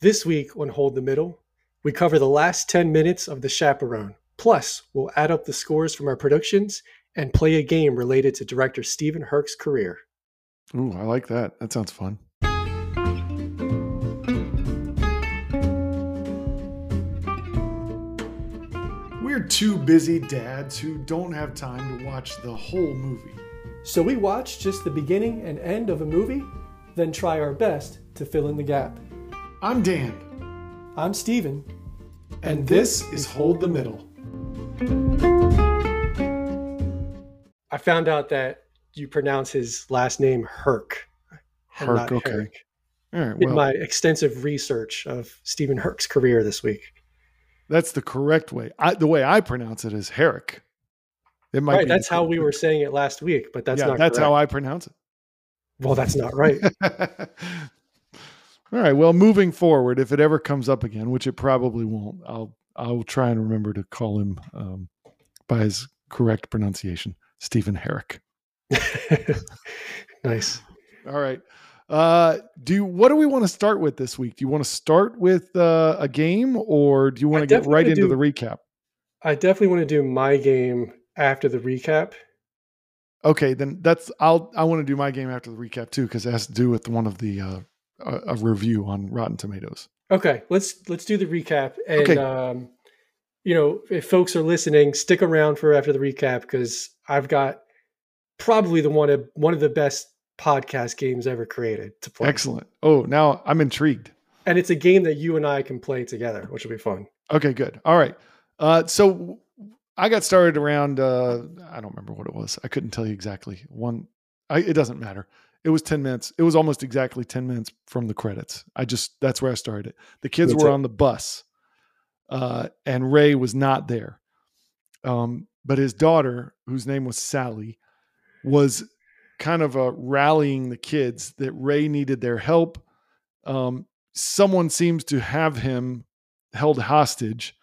This week on Hold the Middle, we cover the last 10 minutes of The Chaperone. Plus, we'll add up the scores from our productions and play a game related to director Stephen Herc's career. Ooh, I like that. That sounds fun. We're two busy dads who don't have time to watch the whole movie. So we watch just the beginning and end of a movie, then try our best to fill in the gap. I'm Dan, I'm Steven. and, this, is Hold the Middle. I found out that you pronounce his last name Herc. and Herc, not okay. Herrick, All right, In well, my extensive research of Stephen Herc's career this week. that's the correct way. I, the way I pronounce it is Herrick. It might Right, be that's how we were different. saying it last week, but that's yeah, not that's correct. how I pronounce it. Well, that's not right. All right. Well, moving forward, if it ever comes up again, which it probably won't, I'll I'll try and remember to call him um, by his correct pronunciation, Stephen Herrick. nice. All right. Uh, do you- what do we want to start with this week? Do you want to start with uh, a game, or do you want I to get definitely right wanna into do- the recap? I definitely want to do my game after the recap. Okay, then that's I'll I want to do my game after the recap too because it has to do with one of the uh, a, a review on Rotten Tomatoes. Okay, let's let's do the recap and Okay. um you know, if folks are listening, stick around for after the recap cuz I've got probably the one of one of the best podcast games ever created to play. Excellent. Oh, now I'm intrigued. And it's a game that you and I can play together, which will be fun. Okay, good. All right. Uh, so w- I got started around. Uh, I don't remember what it was. I couldn't tell you exactly. One. I, it doesn't matter. It was ten minutes. It was almost exactly ten minutes from the credits. I just that's where I started it. The kids Me were too. on the bus, uh, and Ray was not there. Um, but his daughter, whose name was Sally, was kind of uh, rallying the kids that Ray needed their help. Um, someone seems to have him held hostage,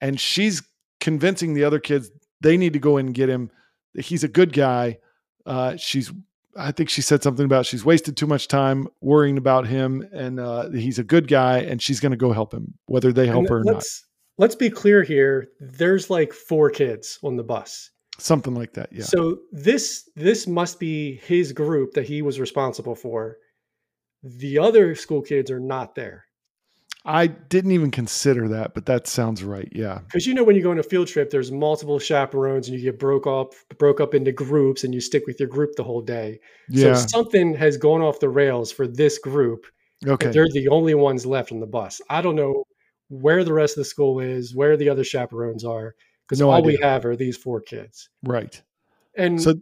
and she's convincing the other kids they need to go in and get him. that He's a good guy. Uh, she's, I think she said something about she's wasted too much time worrying about him, and uh, he's a good guy, and she's going to go help him, whether they help And her or not. let's let's be clear here. There's like four kids on the bus. Something like that. Yeah. So this this must be his group that he was responsible for. The other school kids are not there. I didn't even consider that, but that sounds right. Yeah. Because you know when you go on a field trip, there's multiple chaperones and you get broke up broke up into groups and you stick with your group the whole day. Yeah. So something has gone off the rails for this group. okay. and They're the only ones left on the bus. I don't know where the rest of the school is, where the other chaperones are, because No all we idea. have are these four kids. Right. And So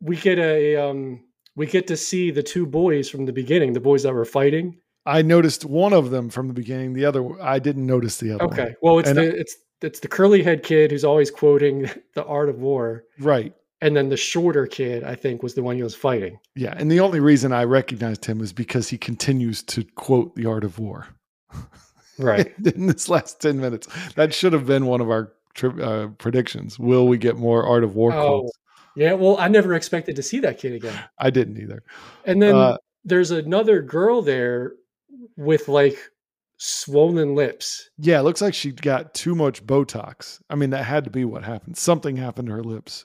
we get a um we get to see the two boys from the beginning, the boys that were fighting. I noticed one of them from the beginning. The other, I didn't notice the other. one. Okay. Well, it's And uh I- the it's it's the curly head kid who's always quoting the art of war, Right. and then the shorter kid I think was the one he was fighting. Yeah. And the only reason I recognized him is because he continues to quote The Art of War Right. in this last 10 minutes. That should have been one of our tri- uh, predictions. Will we get more Art of War Oh. quotes? yeah. Well, I never expected to see that kid again. I didn't either. And then Uh, there's another girl there with like swollen lips. Yeah. It looks like she got too much Botox. I mean, that had to be what happened. Something happened to her lips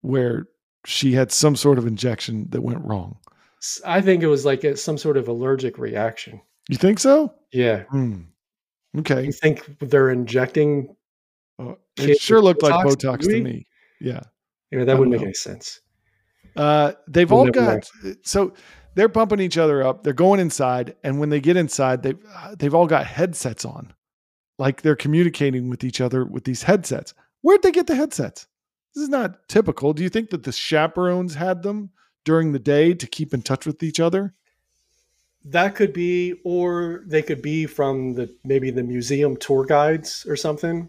where she had some sort of injection that went wrong. S- I think it was like a, some sort of allergic reaction. You think so? Yeah. Hmm. You Okay. think they're injecting? Oh, Kid it sure with looked like Botox, Botox really? to me. Yeah. You know, I that don't wouldn't make know. any sense. Uh, they've We'll all never know. got so they're bumping each other up. They're going inside, and when they get inside, they have they've all got headsets on, like they're communicating with each other with these headsets. Where'd they get the headsets? This is not typical. Do you think that the chaperones had them during the day to keep in touch with each other? That could be, or they could be from the maybe the museum tour guides or something,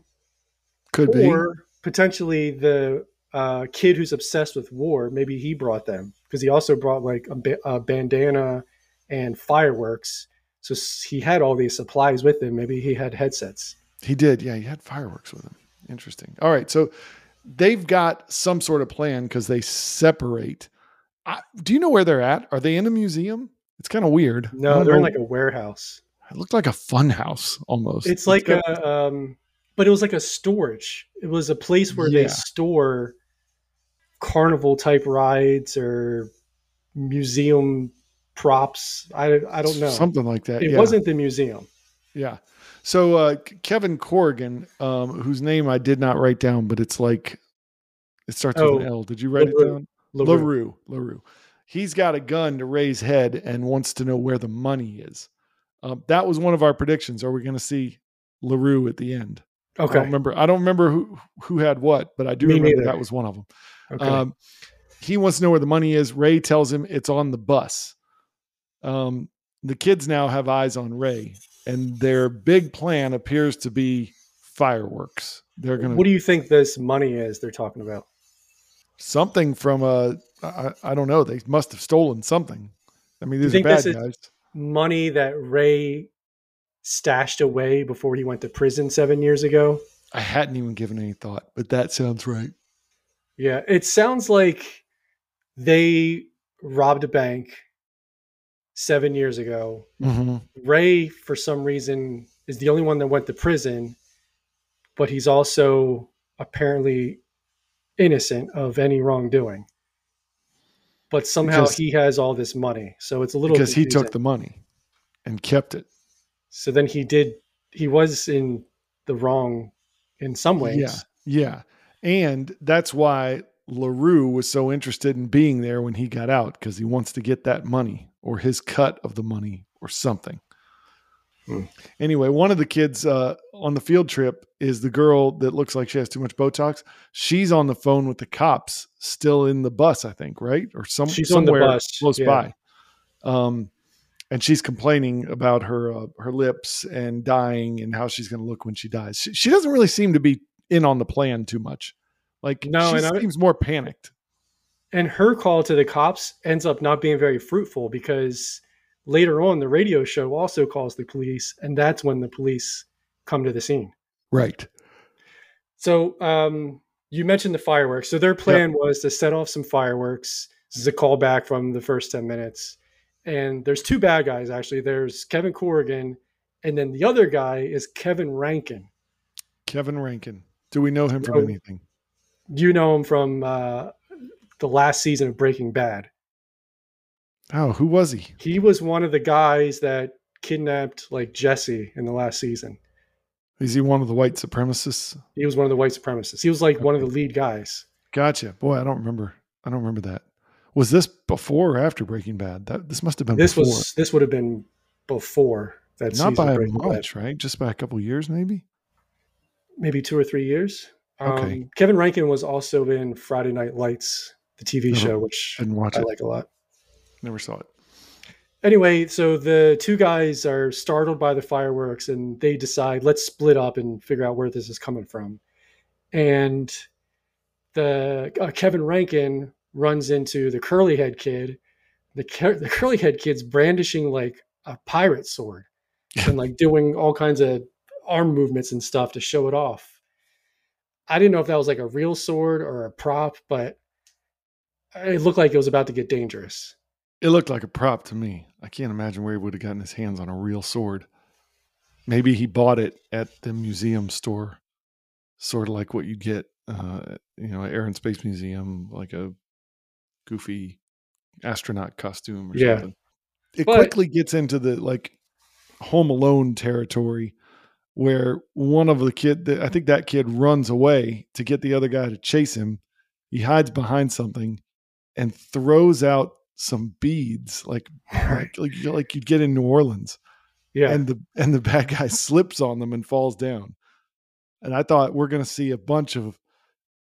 Could be. or potentially the uh, kid who's obsessed with war. Maybe he brought them because he also brought like a, ba- a bandana and fireworks. So s- he had all these supplies with him. Maybe he had headsets. He did. Yeah, he had fireworks with him. Interesting. All right, so they've got some sort of plan because they separate. I, do you know where they're at? Are they in a museum? It's kind of weird. I No, don't they're in know. like a warehouse. It looked like a fun house almost. It's like got- a, um, but it was like a storage. It was a place where Yeah. they store carnival type rides or museum props. I, I don't know. something like that. it uh, yeah. wasn't the museum. Yeah. So uh, K- Kevin Corrigan, um, whose name I did not write down, but it's like it starts with an Oh, L. Did you write it LaRue. down? LaRue. LaRue. LaRue. He's got a gun to Ray's head and wants to know where the money is. Um, that was one of our predictions. Are we going to see LaRue at the end? I don't Okay. remember. I don't remember who who had what, but I do Me remember neither. that was one of them. Okay. Um, he wants to know where the money is. Ray tells him it's on the bus. Um, the kids now have eyes on Ray, and their big plan appears to be fireworks. They're going what to do you think this money is they're talking about? something from a I, I don't know. They must have stolen something. I mean, these are think bad this is- guys. Money that Ray stashed away before he went to prison seven years ago. I hadn't even given any thought, but that sounds right. Yeah, it sounds like they robbed a bank seven years ago. Mm-hmm. Ray, for some reason, is the only one that went to prison, but he's also apparently innocent of any wrongdoing. But somehow Because- he has all this money, so it's a little Because he took confusing. the money and kept it. So then he did. He was in the wrong in some ways. Yeah. Yeah. And that's why LaRue was so interested in being there when he got out because he wants to get that money or his cut of the money or something. Hmm. Anyway, one of the kids uh, on the field trip is the girl that looks like she has too much Botox. She's on the phone with the cops, still in the bus, I think, right? Or some, She's on the somewhere bus, close yeah. by. Um, and she's complaining about her uh, her lips and dying and how she's going to look when she dies. She, she doesn't really seem to be in on the plan too much. Like No, she and I- seems more panicked. and her call to the cops ends up not being very fruitful because later on the radio show also calls the police and that's when the police come to the scene Right. so um, you mentioned the fireworks so their plan was to set off some fireworks this is a callback from the first 10 minutes and there's two bad guys actually there's kevin corrigan and then the other guy is kevin rankin Kevin Rankin. Do we know him from No. anything? you know him from uh, the last season of breaking bad Oh, who was he? He was one of the guys that kidnapped like Jesse in the last season. Is he one of the white supremacists? He was one of the white supremacists. He was like one of the lead guys. Gotcha. Boy, I don't remember. I don't remember that. Was this before or after Breaking Bad? That this must have been This before. was this would have been before that not season. by of Breaking Bad. much, right? Just by a couple years, maybe. maybe two or three years. Okay. Um, Kevin Rankin was also in Friday Night Lights, the TV Never- show, which Didn't watch I it. like a lot. Never saw it. Anyway, so the two guys are startled by the fireworks and they decide, let's split up and figure out where this is coming from. And the uh, Kevin Rankin runs into the curly head kid. The, cur- the curly head kid's brandishing like a pirate sword and like doing all kinds of arm movements and stuff to show it off. I didn't know if that was like a real sword or a prop, but it looked like it was about to get dangerous. It looked like a prop to me. I can't imagine where he would have gotten his hands on a real sword. Maybe he bought it at the museum store, sort of like what you get, uh, you know, Air and Space Museum, like a goofy astronaut costume or Yeah. something. It But- quickly gets into the like Home Alone territory where one of the kid, I think that kid runs away to get the other guy to chase him. He hides behind something and throws out some beads like like like, you- like you'd get in New Orleans. Yeah. And the and the bad guy slips on them and falls down. And I thought we're gonna see a bunch of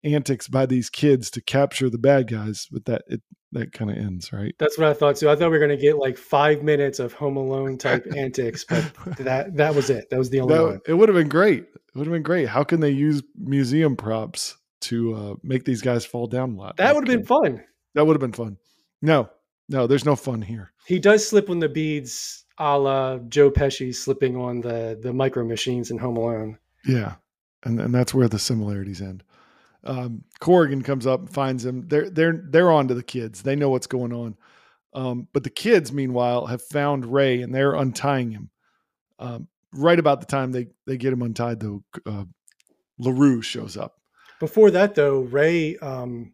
antics by these kids to capture the bad guys, but that it that kind of ends, right? That's what I thought too. I thought we were going to get like five minutes of Home Alone type antics, but that that was it. That was the only That- one. it would have been great. It would have been great. How can they use museum props to uh, make these guys fall down a lot? That would have been Okay. fun. that would have been fun. No, no, there's no fun here. He does slip on the beads, a la Joe Pesci slipping on the the micro machines in Home Alone. Yeah, and and that's where the similarities end. Um, Corrigan comes up and finds him. They're they're they're on to the kids. They know what's going on. Um, but the kids, meanwhile, have found Ray and they're untying him. Um, right about the time they they get him untied, though, uh, Larue shows up. Before that, though, Ray, um,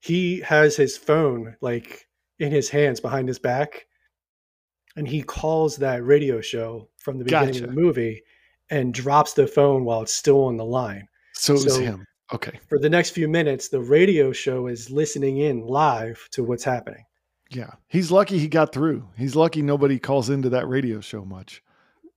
he has his phone like in his hands behind his back, and he calls that radio show from the beginning Gotcha. of the movie and drops the phone while it's still on the line. So it was So- him. Okay. For the next few minutes, the radio show is listening in live to what's happening. Yeah. He's lucky he got through. He's lucky nobody calls into that radio show much.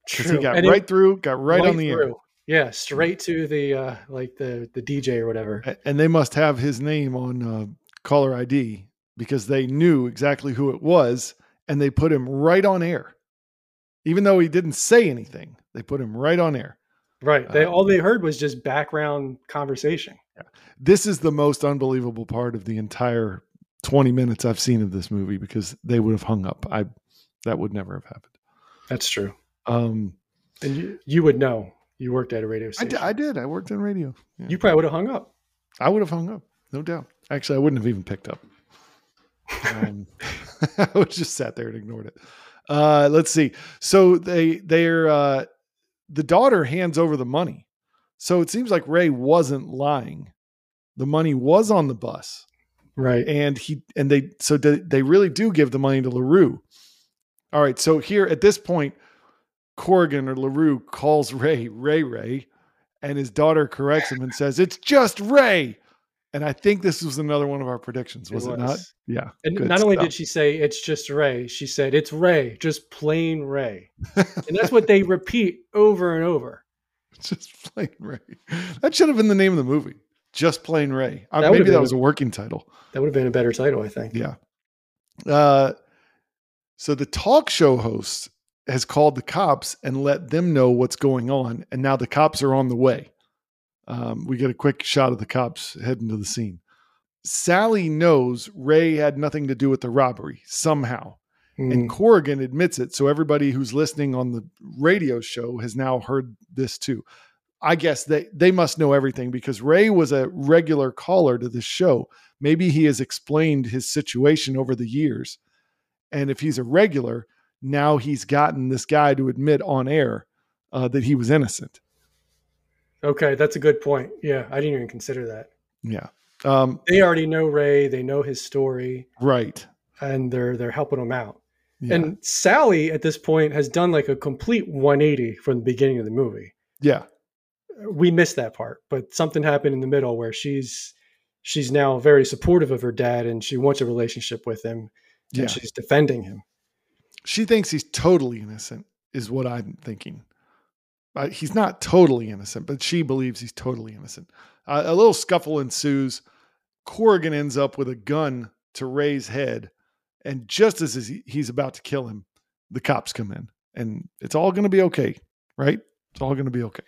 'Cause He got And it- right through, got right, on the through. Yeah, straight to the uh like the the DJ or whatever. air. A- And they must have his name on uh, caller ID because they knew exactly who it was and they put him right on air. Even though he didn't say anything, they put him right on air. Right. They Uh, all they heard was just background conversation. This is the most unbelievable part of the entire 20 minutes I've seen of this movie because they would have hung up. I that would never have happened. That's true. Um And you, you would know. You worked at a radio I di- station. I did. I worked in radio. Yeah. you probably would have hung up. I would have hung up, no doubt. Actually, I wouldn't have even picked up. Um, I would just sat there and ignored it. Uh, let's see. So they they're uh, the daughter hands over the money. So it seems like Ray wasn't lying. The money was on the bus, Right. and he and they so they, they really do give the money to Larue. All right. So here at this point, Corrigan or Larue calls Ray Ray Ray, and his daughter corrects him and says, "It's just Ray." And I think this was another one of our predictions, was it, not? Yeah. And good not only stuff. did she say it's just Ray, she said it's Ray, just plain Ray. and that's what they repeat over and over. just plain Ray. That should have been the name of the movie. Just plain Ray. Uh, That would have maybe that been- was a working title. That would have been a better title, I think. Yeah. Uh, so the talk show host has called the cops and let them know what's going on, and now the cops are on the way. Um, we get a quick shot of the cops heading to the scene. Sally knows Ray had nothing to do with the robbery somehow, and Mm. Corrigan admits it. So everybody who's listening on the radio show has now heard this too. I guess they they must know everything because Ray was a regular caller to this show. Maybe he has explained his situation over the years, and if he's a regular, now he's gotten this guy to admit on air uh, that he was innocent. Okay, that's a good point. Yeah, I didn't even consider that. Yeah, um, They already know Ray, they know his story, right. and they're they're helping him out. Yeah. And Sally at this point has done like a complete 180 from the beginning of the movie. yeah, We missed that part, but something happened in the middle where she's she's now very supportive of her dad and she wants a relationship with him and yeah. she's defending him. she thinks he's totally innocent is what i'm thinking Uh, he's not totally innocent but she believes he's totally innocent uh, a little scuffle ensues corrigan ends up with a gun to ray's head and just as he- he's about to kill him the cops come in and it's all going to be okay right it's all going to be okay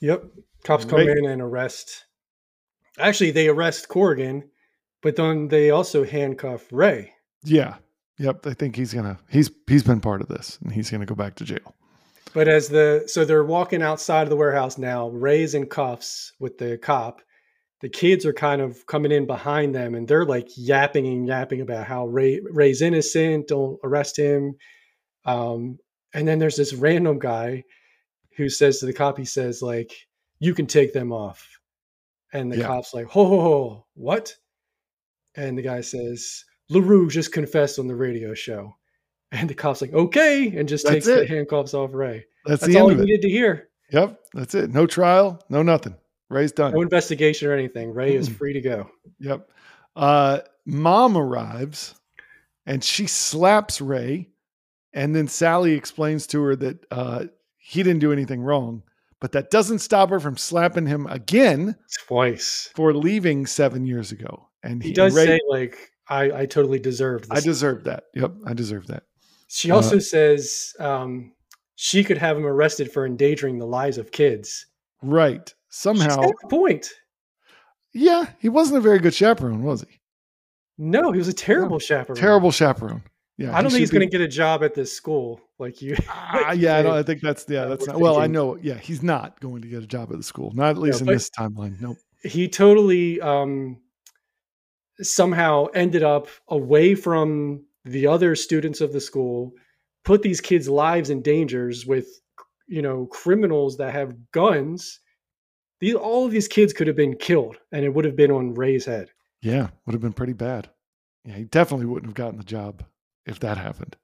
Yep. Cops come Right. in and arrest. Actually, they arrest Corrigan, but then they also handcuff Ray. yeah yep i think he's going to he's he's been part of this and he's going to go back to jail But as the so they're walking outside of the warehouse now, Ray's in cuffs with the cop. The kids are kind of coming in behind them and they're like yapping and yapping about how Ray Ray's innocent, don't arrest him. Um, and then there's this random guy who says to the cop, he says, like, you can take them off. And the Yeah. cop's like, ho ho ho, what? And the guy says, LaRue just confessed on the radio show. And the cop's like, okay, and just That's takes the it. handcuffs off Ray. that's, That's the all end you of it needed to hear. yep that's it no trial no nothing ray's done No investigation or anything. Ray is Mm-mm. free to go. Yep. Uh, Mom arrives and she slaps Ray. And then Sally explains to her that uh, he didn't do anything wrong, but that doesn't stop her from slapping him again Twice. for leaving seven years ago. And He he, does Ray, say like, I, I totally deserved I uh, this. deserve that. Yep. I deserve that. she also says um, she could have him arrested for endangering the lives of kids. Right. She's Somehow. got a point. Yeah. He wasn't a very good chaperone, was he? No, he was a terrible chaperone. Terrible chaperone. Yeah. I don't think he's going going to get a job at this school. Like you, Ah, Like, yeah, I, yeah. don't, I think that's yeah, Uh, that's we're not. Well, I thinking- know. Yeah, he's not going to get a job at the school, not at least in but- this timeline. Nope. he totally um, somehow ended up away from the other students of the school, put these kids' lives in dangers with you know criminals that have guns these all of these kids could have been killed and it would have been on ray's head Yeah, would have been pretty bad. Yeah, he definitely wouldn't have gotten the job if that happened.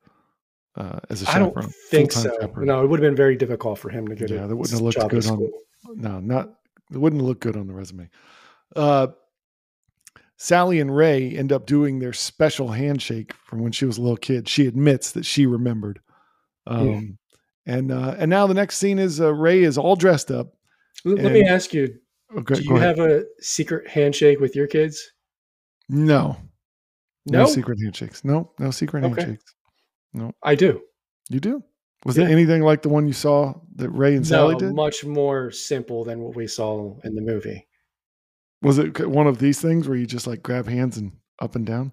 Uh, as a i chaperone, don't think so full-time chaperone. no it would have been very difficult for him to get Yeah, a that wouldn't have looked job at good on- school. no, not it wouldn't look good on the resume. Uh, Sally and Ray end up doing their special handshake from when she was a little kid. She admits that she remembered. Um, And uh, and now the next scene is uh, Ray is all dressed up. Oh, L- let me And- ask you Okay, do you have a secret handshake with your kids no, no, no secret handshakes. No, no secret Okay. handshakes. i do You do. Was Yeah. it anything like the one you saw that Ray and Sally no, did? much more simple than what we saw in the movie. Was it c- one of these things where you just like grab hands and up and down?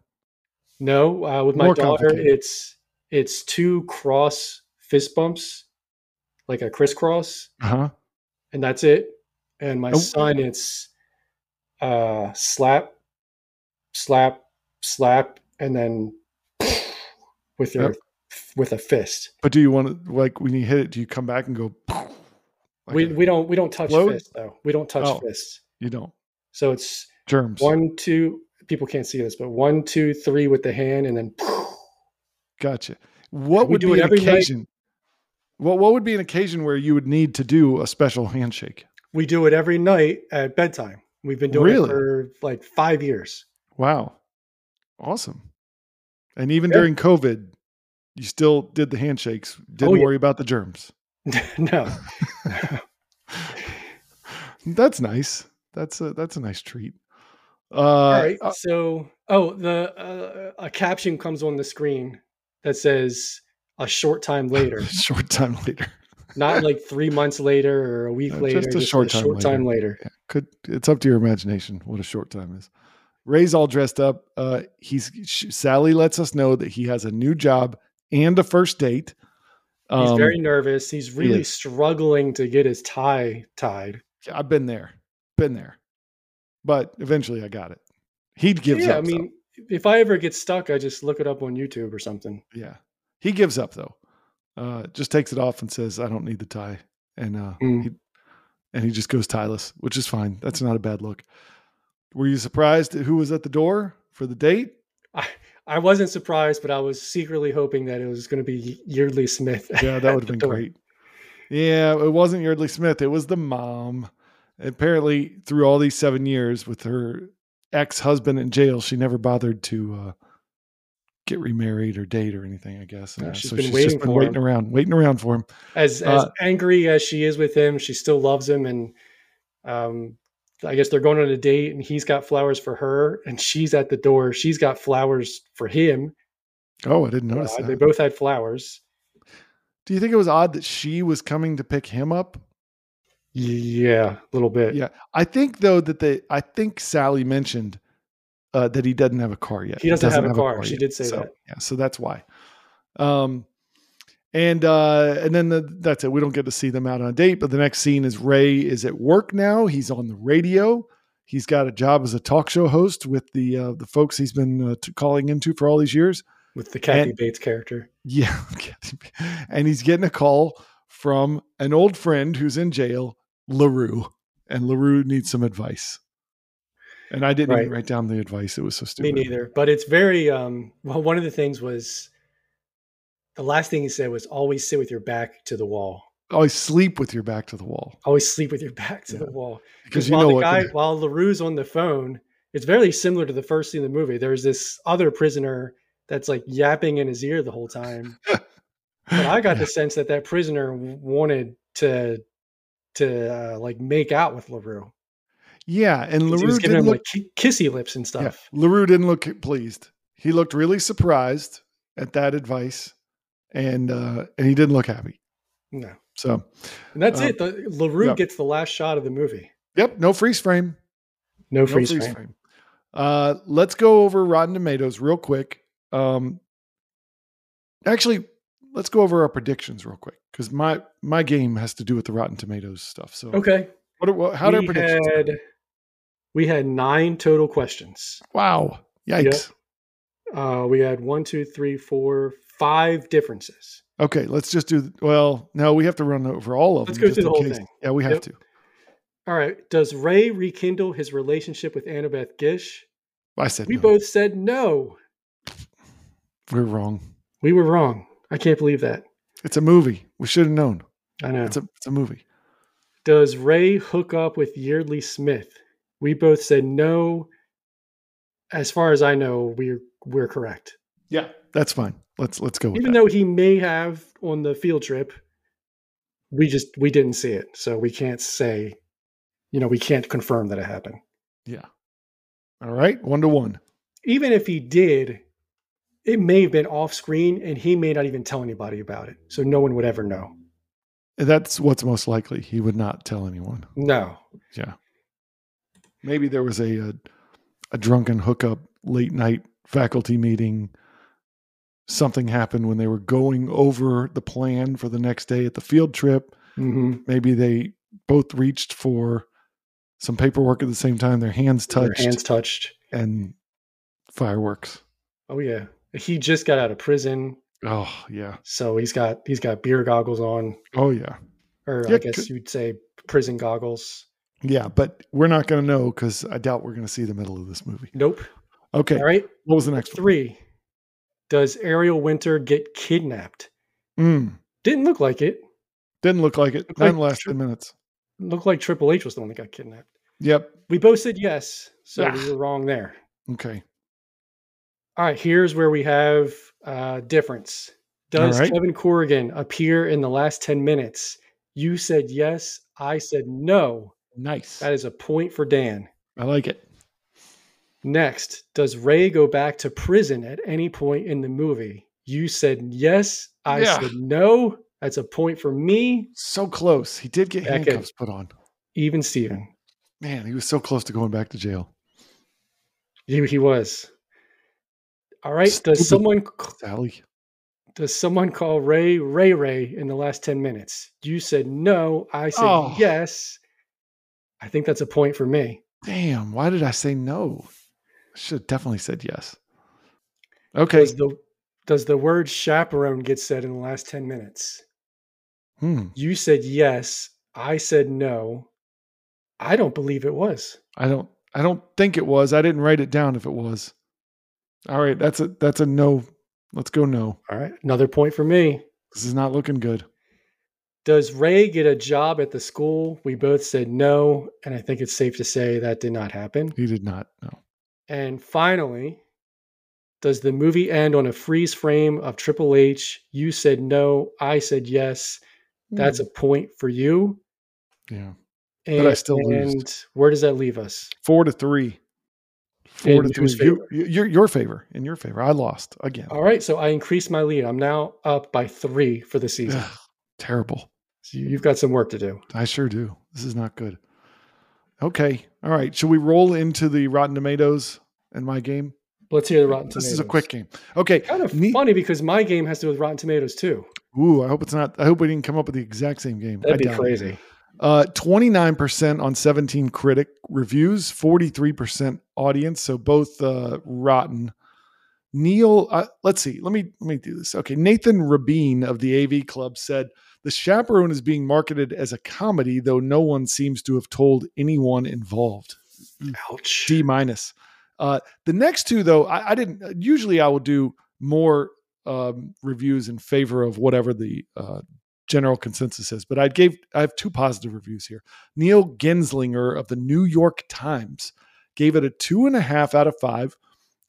No, uh, with my More daughter, complicated. it's it's two cross fist bumps, like a crisscross, Uh huh. and that's it. And my Oh. son, it's uh, slap, slap, slap, and then with your with a fist. But do you want to like when you hit it? Do you come back and go? Like we a- we don't we don't touch explode? fists though. We don't touch Oh. fists. you don't So it's germs. one two. People can't see this, but one two three with the hand, and then. Gotcha. What We would do be it an every night. occasion? Well, what would be an occasion where you would need to do a special handshake? We do it every night at bedtime. We've been doing Really? it for like five years. Wow, awesome! And even Yeah. during COVID, you still did the handshakes. Didn't Oh, yeah. worry about the germs. Uh, no, That's nice. That's a that's a nice treat. Uh, all right. uh, so, oh, the uh, a caption comes on the screen that says "a short time later," short time later. not like three months later or a week Uh, later. just a short time time later. could it's up to your imagination what a short time is ray's all dressed up uh he's sh sally lets us know that he has a new job and a first date He's Um, very nervous. He's really is. struggling to get his tie tied. i've been there been there but eventually i got it he gives yeah, up I though. mean, if I ever get stuck, I just look it up on YouTube or something. yeah he gives up though uh just takes it off and says i don't need the tie and uh Mm. he, and he just goes tieless which is fine that's not a bad look were you surprised at who was at the door for the date I wasn't surprised, but I was secretly hoping that it was going to be Yeardley Smith. Yeah, that at would have the been door. great. Yeah, it wasn't Yardley Smith. It was the mom. Apparently, through all these seven years with her ex husband in jail, she never bothered to uh, get remarried or date or anything, I guess. No, Uh, she's so been she's waiting just been for waiting him. around, waiting around for him. As as Uh, angry as she is with him, she still loves him, and um, I guess they're going on a date, and he's got flowers for her, and she's at the door. She's got flowers for him. Oh, I didn't Uh, notice they that. both had flowers. Do you think it was odd that she was coming to pick him up? Yeah, a little bit. Yeah. I think, though, that they, I think Sally mentioned uh, that he doesn't have a car yet. He doesn't have a car. She did say So, that. Yeah. So that's why. Um, and uh, and then the, that's it. We don't get to see them out on a date, but the next scene is Ray is at work now. He's on the radio. He's got a job as a talk show host with the uh, the folks he's been uh, t- calling into for all these years. with the Kathy And- Bates character. Yeah, and he's getting a call from an old friend who's in jail, Larue, and Larue needs some advice. And I didn't even Right. write down the advice; it was so Me stupid. neither. But it's very um. Well, one of the things was the last thing he said was always sit with your back to the wall. Always Oh, sleep with your back to the wall Always sleep with your back to Yeah. the wall. because you while know the what. guy, while Larue's on the phone, it's very similar to the first scene in the movie. There's this other prisoner that's like yapping in his ear the whole time, but I got the sense that that prisoner wanted to to uh, like make out with Larue. Yeah, and 'Cause He Larue was giving didn't him look. like ki- kissy lips and yeah, stuff. Larue didn't look pleased. He looked really surprised at that advice, and uh, and he didn't look happy. No, So, and that's Um, it. The, Larue yeah. gets the last shot of the movie. yep, no freeze frame. No No freeze, freeze frame. frame. Uh, let's go over Rotten Tomatoes real quick. Um, actually, let's go over our predictions real quick because my my game has to do with the Rotten Tomatoes stuff. So, Okay, what, what, how do our we predictions? had we had nine total questions. wow! Yikes! Uh, we had one, two, three, four, five differences. Okay, let's just do. Well, no, we have to run over all of Let's them. go through the just in whole case. thing. Yeah, we have Yep. to. All right. Does Ray rekindle his relationship with Annabeth Gish? I said We no. both said no. We're wrong. We were wrong. I can't believe that. It's a movie. We should have known. I know. It's a it's a movie. Does Ray hook up with Yeardley Smith? We both said no. As far as I know, we're we're correct. Yeah, that's fine. Let's let's go with Even that. though he may have on the field trip, we just we didn't see it, so we can't say, you know, we can't confirm that it happened. yeah. All right, one to one. Even if he did, it may have been off screen, and he may not even tell anybody about it, so no one would ever know. That's what's most likely. He would not tell anyone. No, Maybe there was a a, a drunken hookup late night faculty meeting. Something happened when they were going over the plan for the next day at the field trip. hmm Maybe they both reached for some paperwork at the same time. Their hands touched hands touched. and fireworks. Oh yeah, he just got out of prison, Oh yeah. so he's got he's got beer goggles on. Oh yeah. or I Yeah, guess c- you'd say prison goggles. Yeah, but we're not going to know because I doubt we're going to see the middle of this movie. Nope. Okay, All right. what was the next one? Three. Does Ariel Winter get kidnapped? Mm, Didn't look like it. didn't look like it. Looked like Nine last tr- ten minutes. Looked like Triple H was the one that got kidnapped. Yep. We both said yes, so Ah. we were wrong there. Okay. All right. Here's where we have uh, difference. Does All right. Kevin Corrigan appear in the last ten minutes? You said yes. I said no. Nice. That is a point for Dan. I like it. Next, does Ray go back to prison at any point in the movie? You said yes. I Yeah. said no. That's a point for me. So close. He did get Back in. handcuffs put on. Even Steven. Man, he was so close to going back to jail. He, he was. All right. Stupid. Does someone Sally. does someone call Ray Ray Ray in the last 10 minutes? You said no. I said Oh. yes. I think that's a point for me. Damn. Why did I say no? I should have definitely said yes. Okay. Does the does the word chaperone get said in the last 10 minutes? Hmm. You said yes. I said no. I don't believe it was. I don't. I don't think it was. I didn't write it down. If it was. All right. That's a. That's a no. Let's go. No. All right. Another point for me. This is not looking good. Does Ray get a job at the school? We both said no. And I think it's safe to say that did not happen. He did not. No. And finally, does the movie end on a freeze frame of Triple H? You said no. I said yes. That's a point for you. Hmm, yeah. And, Hmm. But I still lose. and where does that leave us? Four to three. Four In to whose three. You, you, your your favor. In your favor. I lost again. All right. So I increased my lead. I'm now up by three for the season. Ugh, terrible. So you've got some work to do. I sure do. This is not good. Okay. All right. Should we roll into the Rotten Tomatoes and my game? Let's hear the Rotten Tomatoes. This is a quick game. Okay. Kind of Ne- funny because my game has to do with Rotten Tomatoes too. Ooh, I hope it's not. I hope we didn't come up with the exact same game. I That'd be doubt it. crazy. Uh, 29% on 17 critic reviews, 43% audience. So both uh, rotten. Neil, uh, let's see. Let me let me do this. Okay, Nathan Rabin of the AV Club said the chaperone is being marketed as a comedy, though no one seems to have told anyone involved. Mm. Ouch. D minus. Uh, the next two, though, I, I didn't. Usually, I will do more um, reviews in favor of whatever the uh, general consensus is. But I gave I have two positive reviews here. Neil Genslinger of the New York Times gave it a two and a half out of five,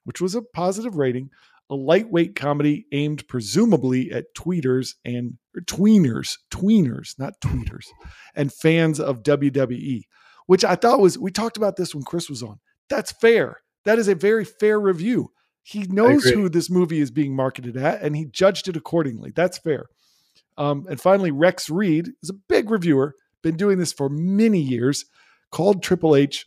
which was a positive rating. A lightweight comedy aimed presumably at tweeters and or tweeners, tweeners, not tweeters, and fans of WWE which I thought was we talked about this when Chris was on. That's fair. That is a very fair review. He knows agree. who this movie is being marketed at, and he judged it accordingly. That's fair. Um, and finally, Rex Reed is a big reviewer, been doing this for many years, called Triple H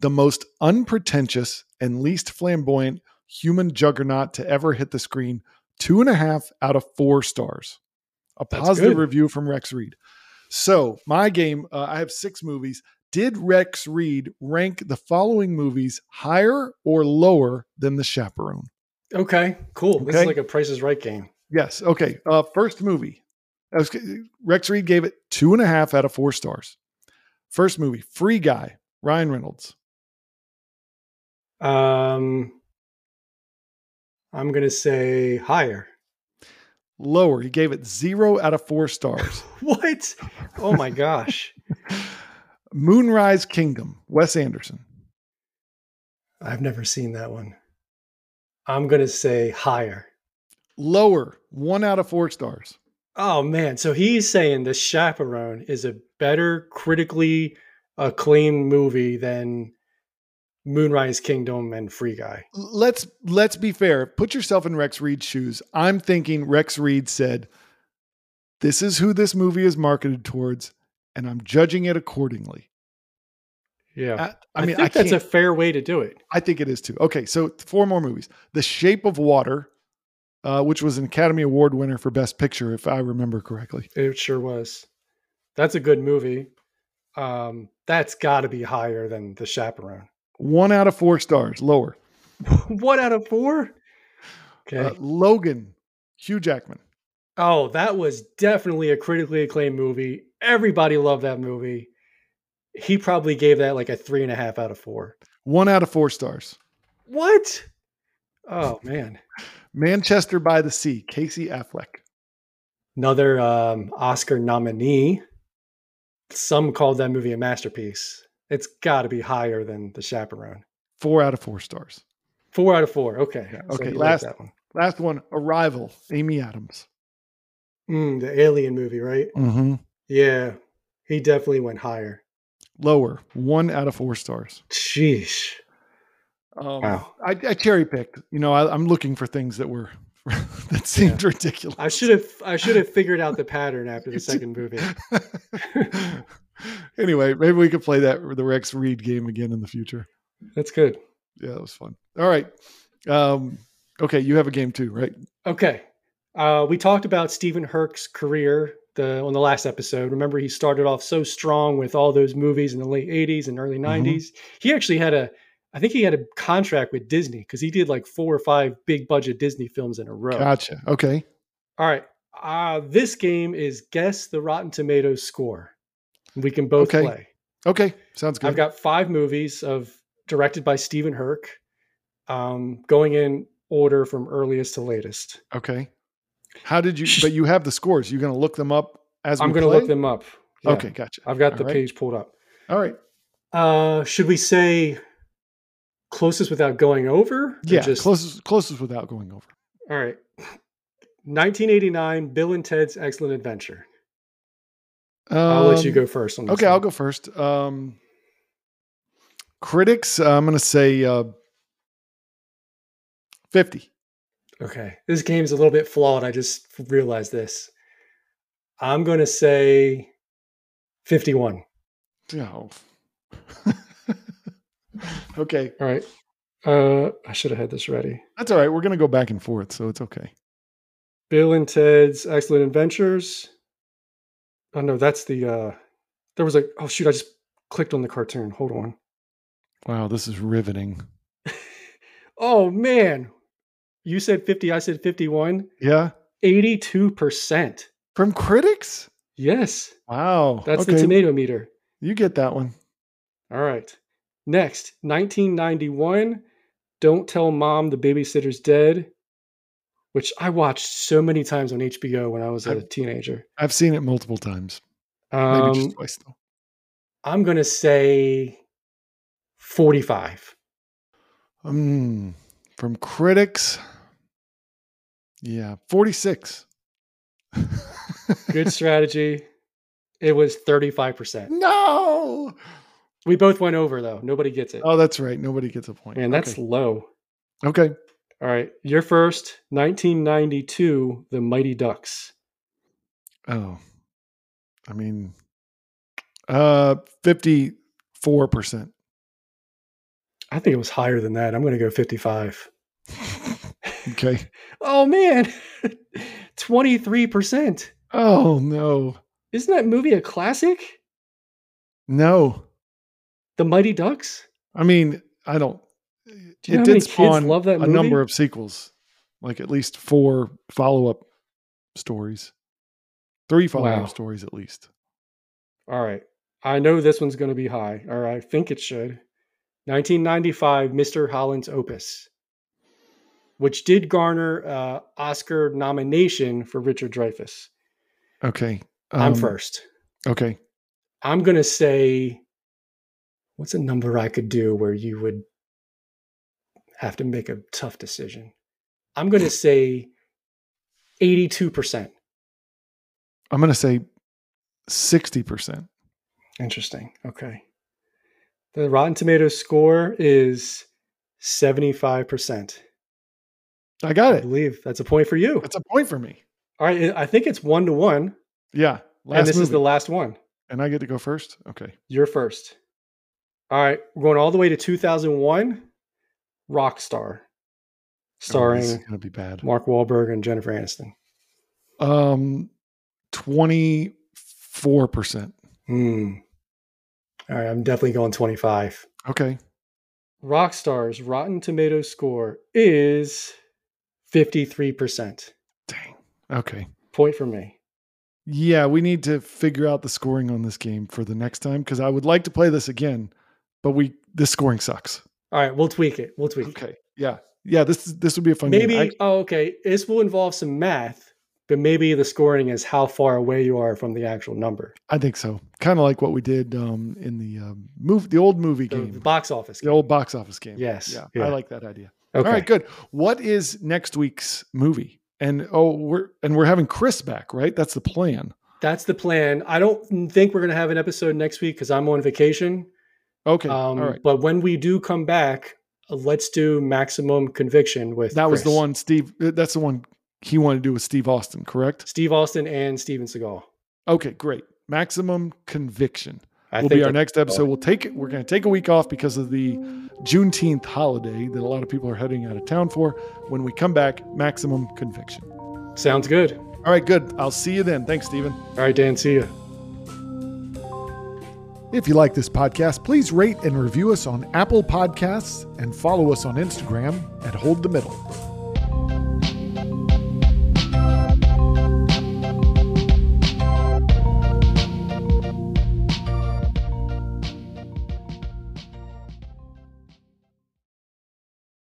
the most unpretentious and least flamboyant human juggernaut to ever hit the screen. Two and a half out of four stars. A That's positive good. review from Rex Reed. So, my game, uh, I have six movies. Did Rex Reed rank the following movies higher or lower than The Chaperone? Okay, cool. This is Okay. like a Price is Right game. Yes. Okay. Uh, first movie. I was- Rex Reed gave it two and a half out of four stars. First movie, Free Guy, Ryan Reynolds. Um, I'm gonna say higher. Lower. He gave it zero out of four stars. What? Oh my gosh, Moonrise Kingdom, Wes Anderson. I've never seen that one. I'm gonna say higher. Lower. One out of four stars. Oh man, so he's saying the Chaperone is a better critically acclaimed movie than Moonrise Kingdom and Free Guy. let's let's be fair. Put yourself in Rex Reed's shoes. I'm thinking Rex Reed said, "This is who this movie is marketed towards, and I'm judging it accordingly." Yeah, I, I mean, I, think that's can't- a fair way to do it. I think it is too. Okay, so four more movies: The Shape of Water, uh, which was an Academy Award winner for Best Picture, if I remember correctly. It sure was. That's a good movie. Um, that's got to be higher than the Chaperone. One out of four stars, lower. One out of four. Okay. Uh, Logan, Hugh Jackman. Oh, that was definitely a critically acclaimed movie. Everybody loved that movie. He probably gave that like a three and a half out of four. One out of four stars. What? Oh man, Manchester by the Sea, Casey Affleck. another um, Oscar nominee. Some called that movie a masterpiece. It's got to be higher than The Chaperone. Four out of four stars. Four out of four. Okay. Yeah, So okay, you like last- that one. Last one, Arrival, Amy Adams. Mm, the Alien movie, right? Mm-hmm. Yeah, he definitely went higher. Lower, one out of four stars. Sheesh. Um, Wow. I, I cherry picked. You know, I, I'm looking for things that were that seemed ridiculous. I should have I should have figured out the pattern after the second movie. anyway, maybe we could play that the Rex Reed game again in the future. That's good. Yeah, that was fun. All right. Um, okay, you have a game too, right? Okay. Uh, we talked about Stephen Herc's career the, on the last episode. Remember, he started off so strong with all those movies in the late 80s and Mm-hmm. early 90s. He actually had a, I think he had a contract with Disney because he did like four or five big budget Disney films in a row. Gotcha. Okay. All right. Uh, this game is Guess the Rotten Tomatoes score. We can both Okay. play. Okay. Sounds good. I've got five movies of directed by Stephen Herc, um, going in order from earliest to latest. okay. How did you? But you have the scores. You're going to look them up as I'm we going to look play? them up. Yeah, Okay. Gotcha. I've got All the right. page pulled up. All right. Uh, should we say closest without going over? or Yeah. just- closest. Closest without going over. All right. 1989, Bill and Ted's Excellent Adventure. I'll let you Um, go first. On this Okay, I'll one. go first. Um, critics, uh, I'm going to say uh, 50. Okay. This game's a little bit flawed. I just realized this. I'm going to say 51. Oh. okay, All right. Uh, I should have had this ready. that's all right. We're going to go back and forth, so it's okay. Bill and Ted's Excellent Adventures. Oh no, that's the uh there was a oh shoot, I just clicked on the cartoon. Hold on. Wow, this is riveting. Oh man. You said 50, I said 51. Yeah, 82%. from critics. Yes. Wow, That's okay, the tomato meter. you get that one. All right. Next, 1991, Don't Tell Mom the Babysitter's Dead, which I watched so many times on HBO when I was a I've- teenager. I've seen it multiple times, maybe Um, just twice though. I'm going to say 45. Mm, from critics, yeah, 46. Good strategy. It was 35%. no. We both went over, though. Nobody gets it. Oh, that's right. Nobody gets a point. Man, that's low. okay. Okay. All right. Your first, 1992, The Mighty Ducks. Oh, I mean, uh, fifty-four percent. I think it was higher than that. I'm going to go 55. Okay. Oh man, twenty three percent. Oh no, Isn't that movie a classic? no. The Mighty Ducks. I mean, I don't. Do you know how many kids love that a movie? number of sequels. like at least four follow up stories, three follow up Wow. stories at least. All right. I know this one's going to be high, or I think it should. 1995, Mr. Holland's Opus, which did garner uh, Oscar nomination for Richard Dreyfuss. Okay. I'm um, first. Okay. I'm going to say, what's a number I could do where you would have to make a tough decision? I'm going to say 82%. I'm going to say 60%. Interesting. Okay. The Rotten Tomatoes score is 75%. I got I it. believe that's a point for you. That's a point for me. All right. I think it's one to one. Yeah. Last And this is movie. the last one. and I get to go first. Okay. Oh, You're first. All right. We're going all the way to 2001 Rockstar, Oh, this is starring going to be bad. Mark Wahlberg and Jennifer Aniston. Um, 24%. Hmm. All right. I'm definitely going 25. Okay. Rockstar's Rotten Tomatoes score is 53%. Dang. Okay. Point for me. Yeah, we need to figure out the scoring on this game for the next time because I would like to play this again, but we this scoring sucks. All right, we'll tweak it. We'll tweak. it. Okay. Yeah. Yeah. This is this would be a fun Maybe. game. I- oh, okay. This will involve some math, but maybe the scoring is how far away you are from the actual number. I think so. Kind of like what we did um, in the um, move, the old movie The, game, the box office. the old box office game. Yes. Yeah, Yeah. I like that idea. Okay. All right, good. What is next week's movie? And oh, we're and we're having Chris back, right? That's the plan. That's the plan. I don't think we're going to have an episode next week because I'm on vacation. Okay. Um, All right. But when we do come back, uh, let's do maximum conviction with That was the Chris. one Steve uh, that's the one he wanted to do with Steve Austin, correct? Steve Austin and Steven Seagal. Okay, great. Maximum conviction. I will be our that- next episode. We'll take it. We're going to take a week off because of the Juneteenth holiday that a lot of people are heading out of town for. When we come back, maximum conviction. Sounds good. All right, good. I'll see you then. Thanks, Stephen. All right, Dan. See you. If you like this podcast, please rate and review us on Apple Podcasts and follow us on Instagram at Hold the Middle.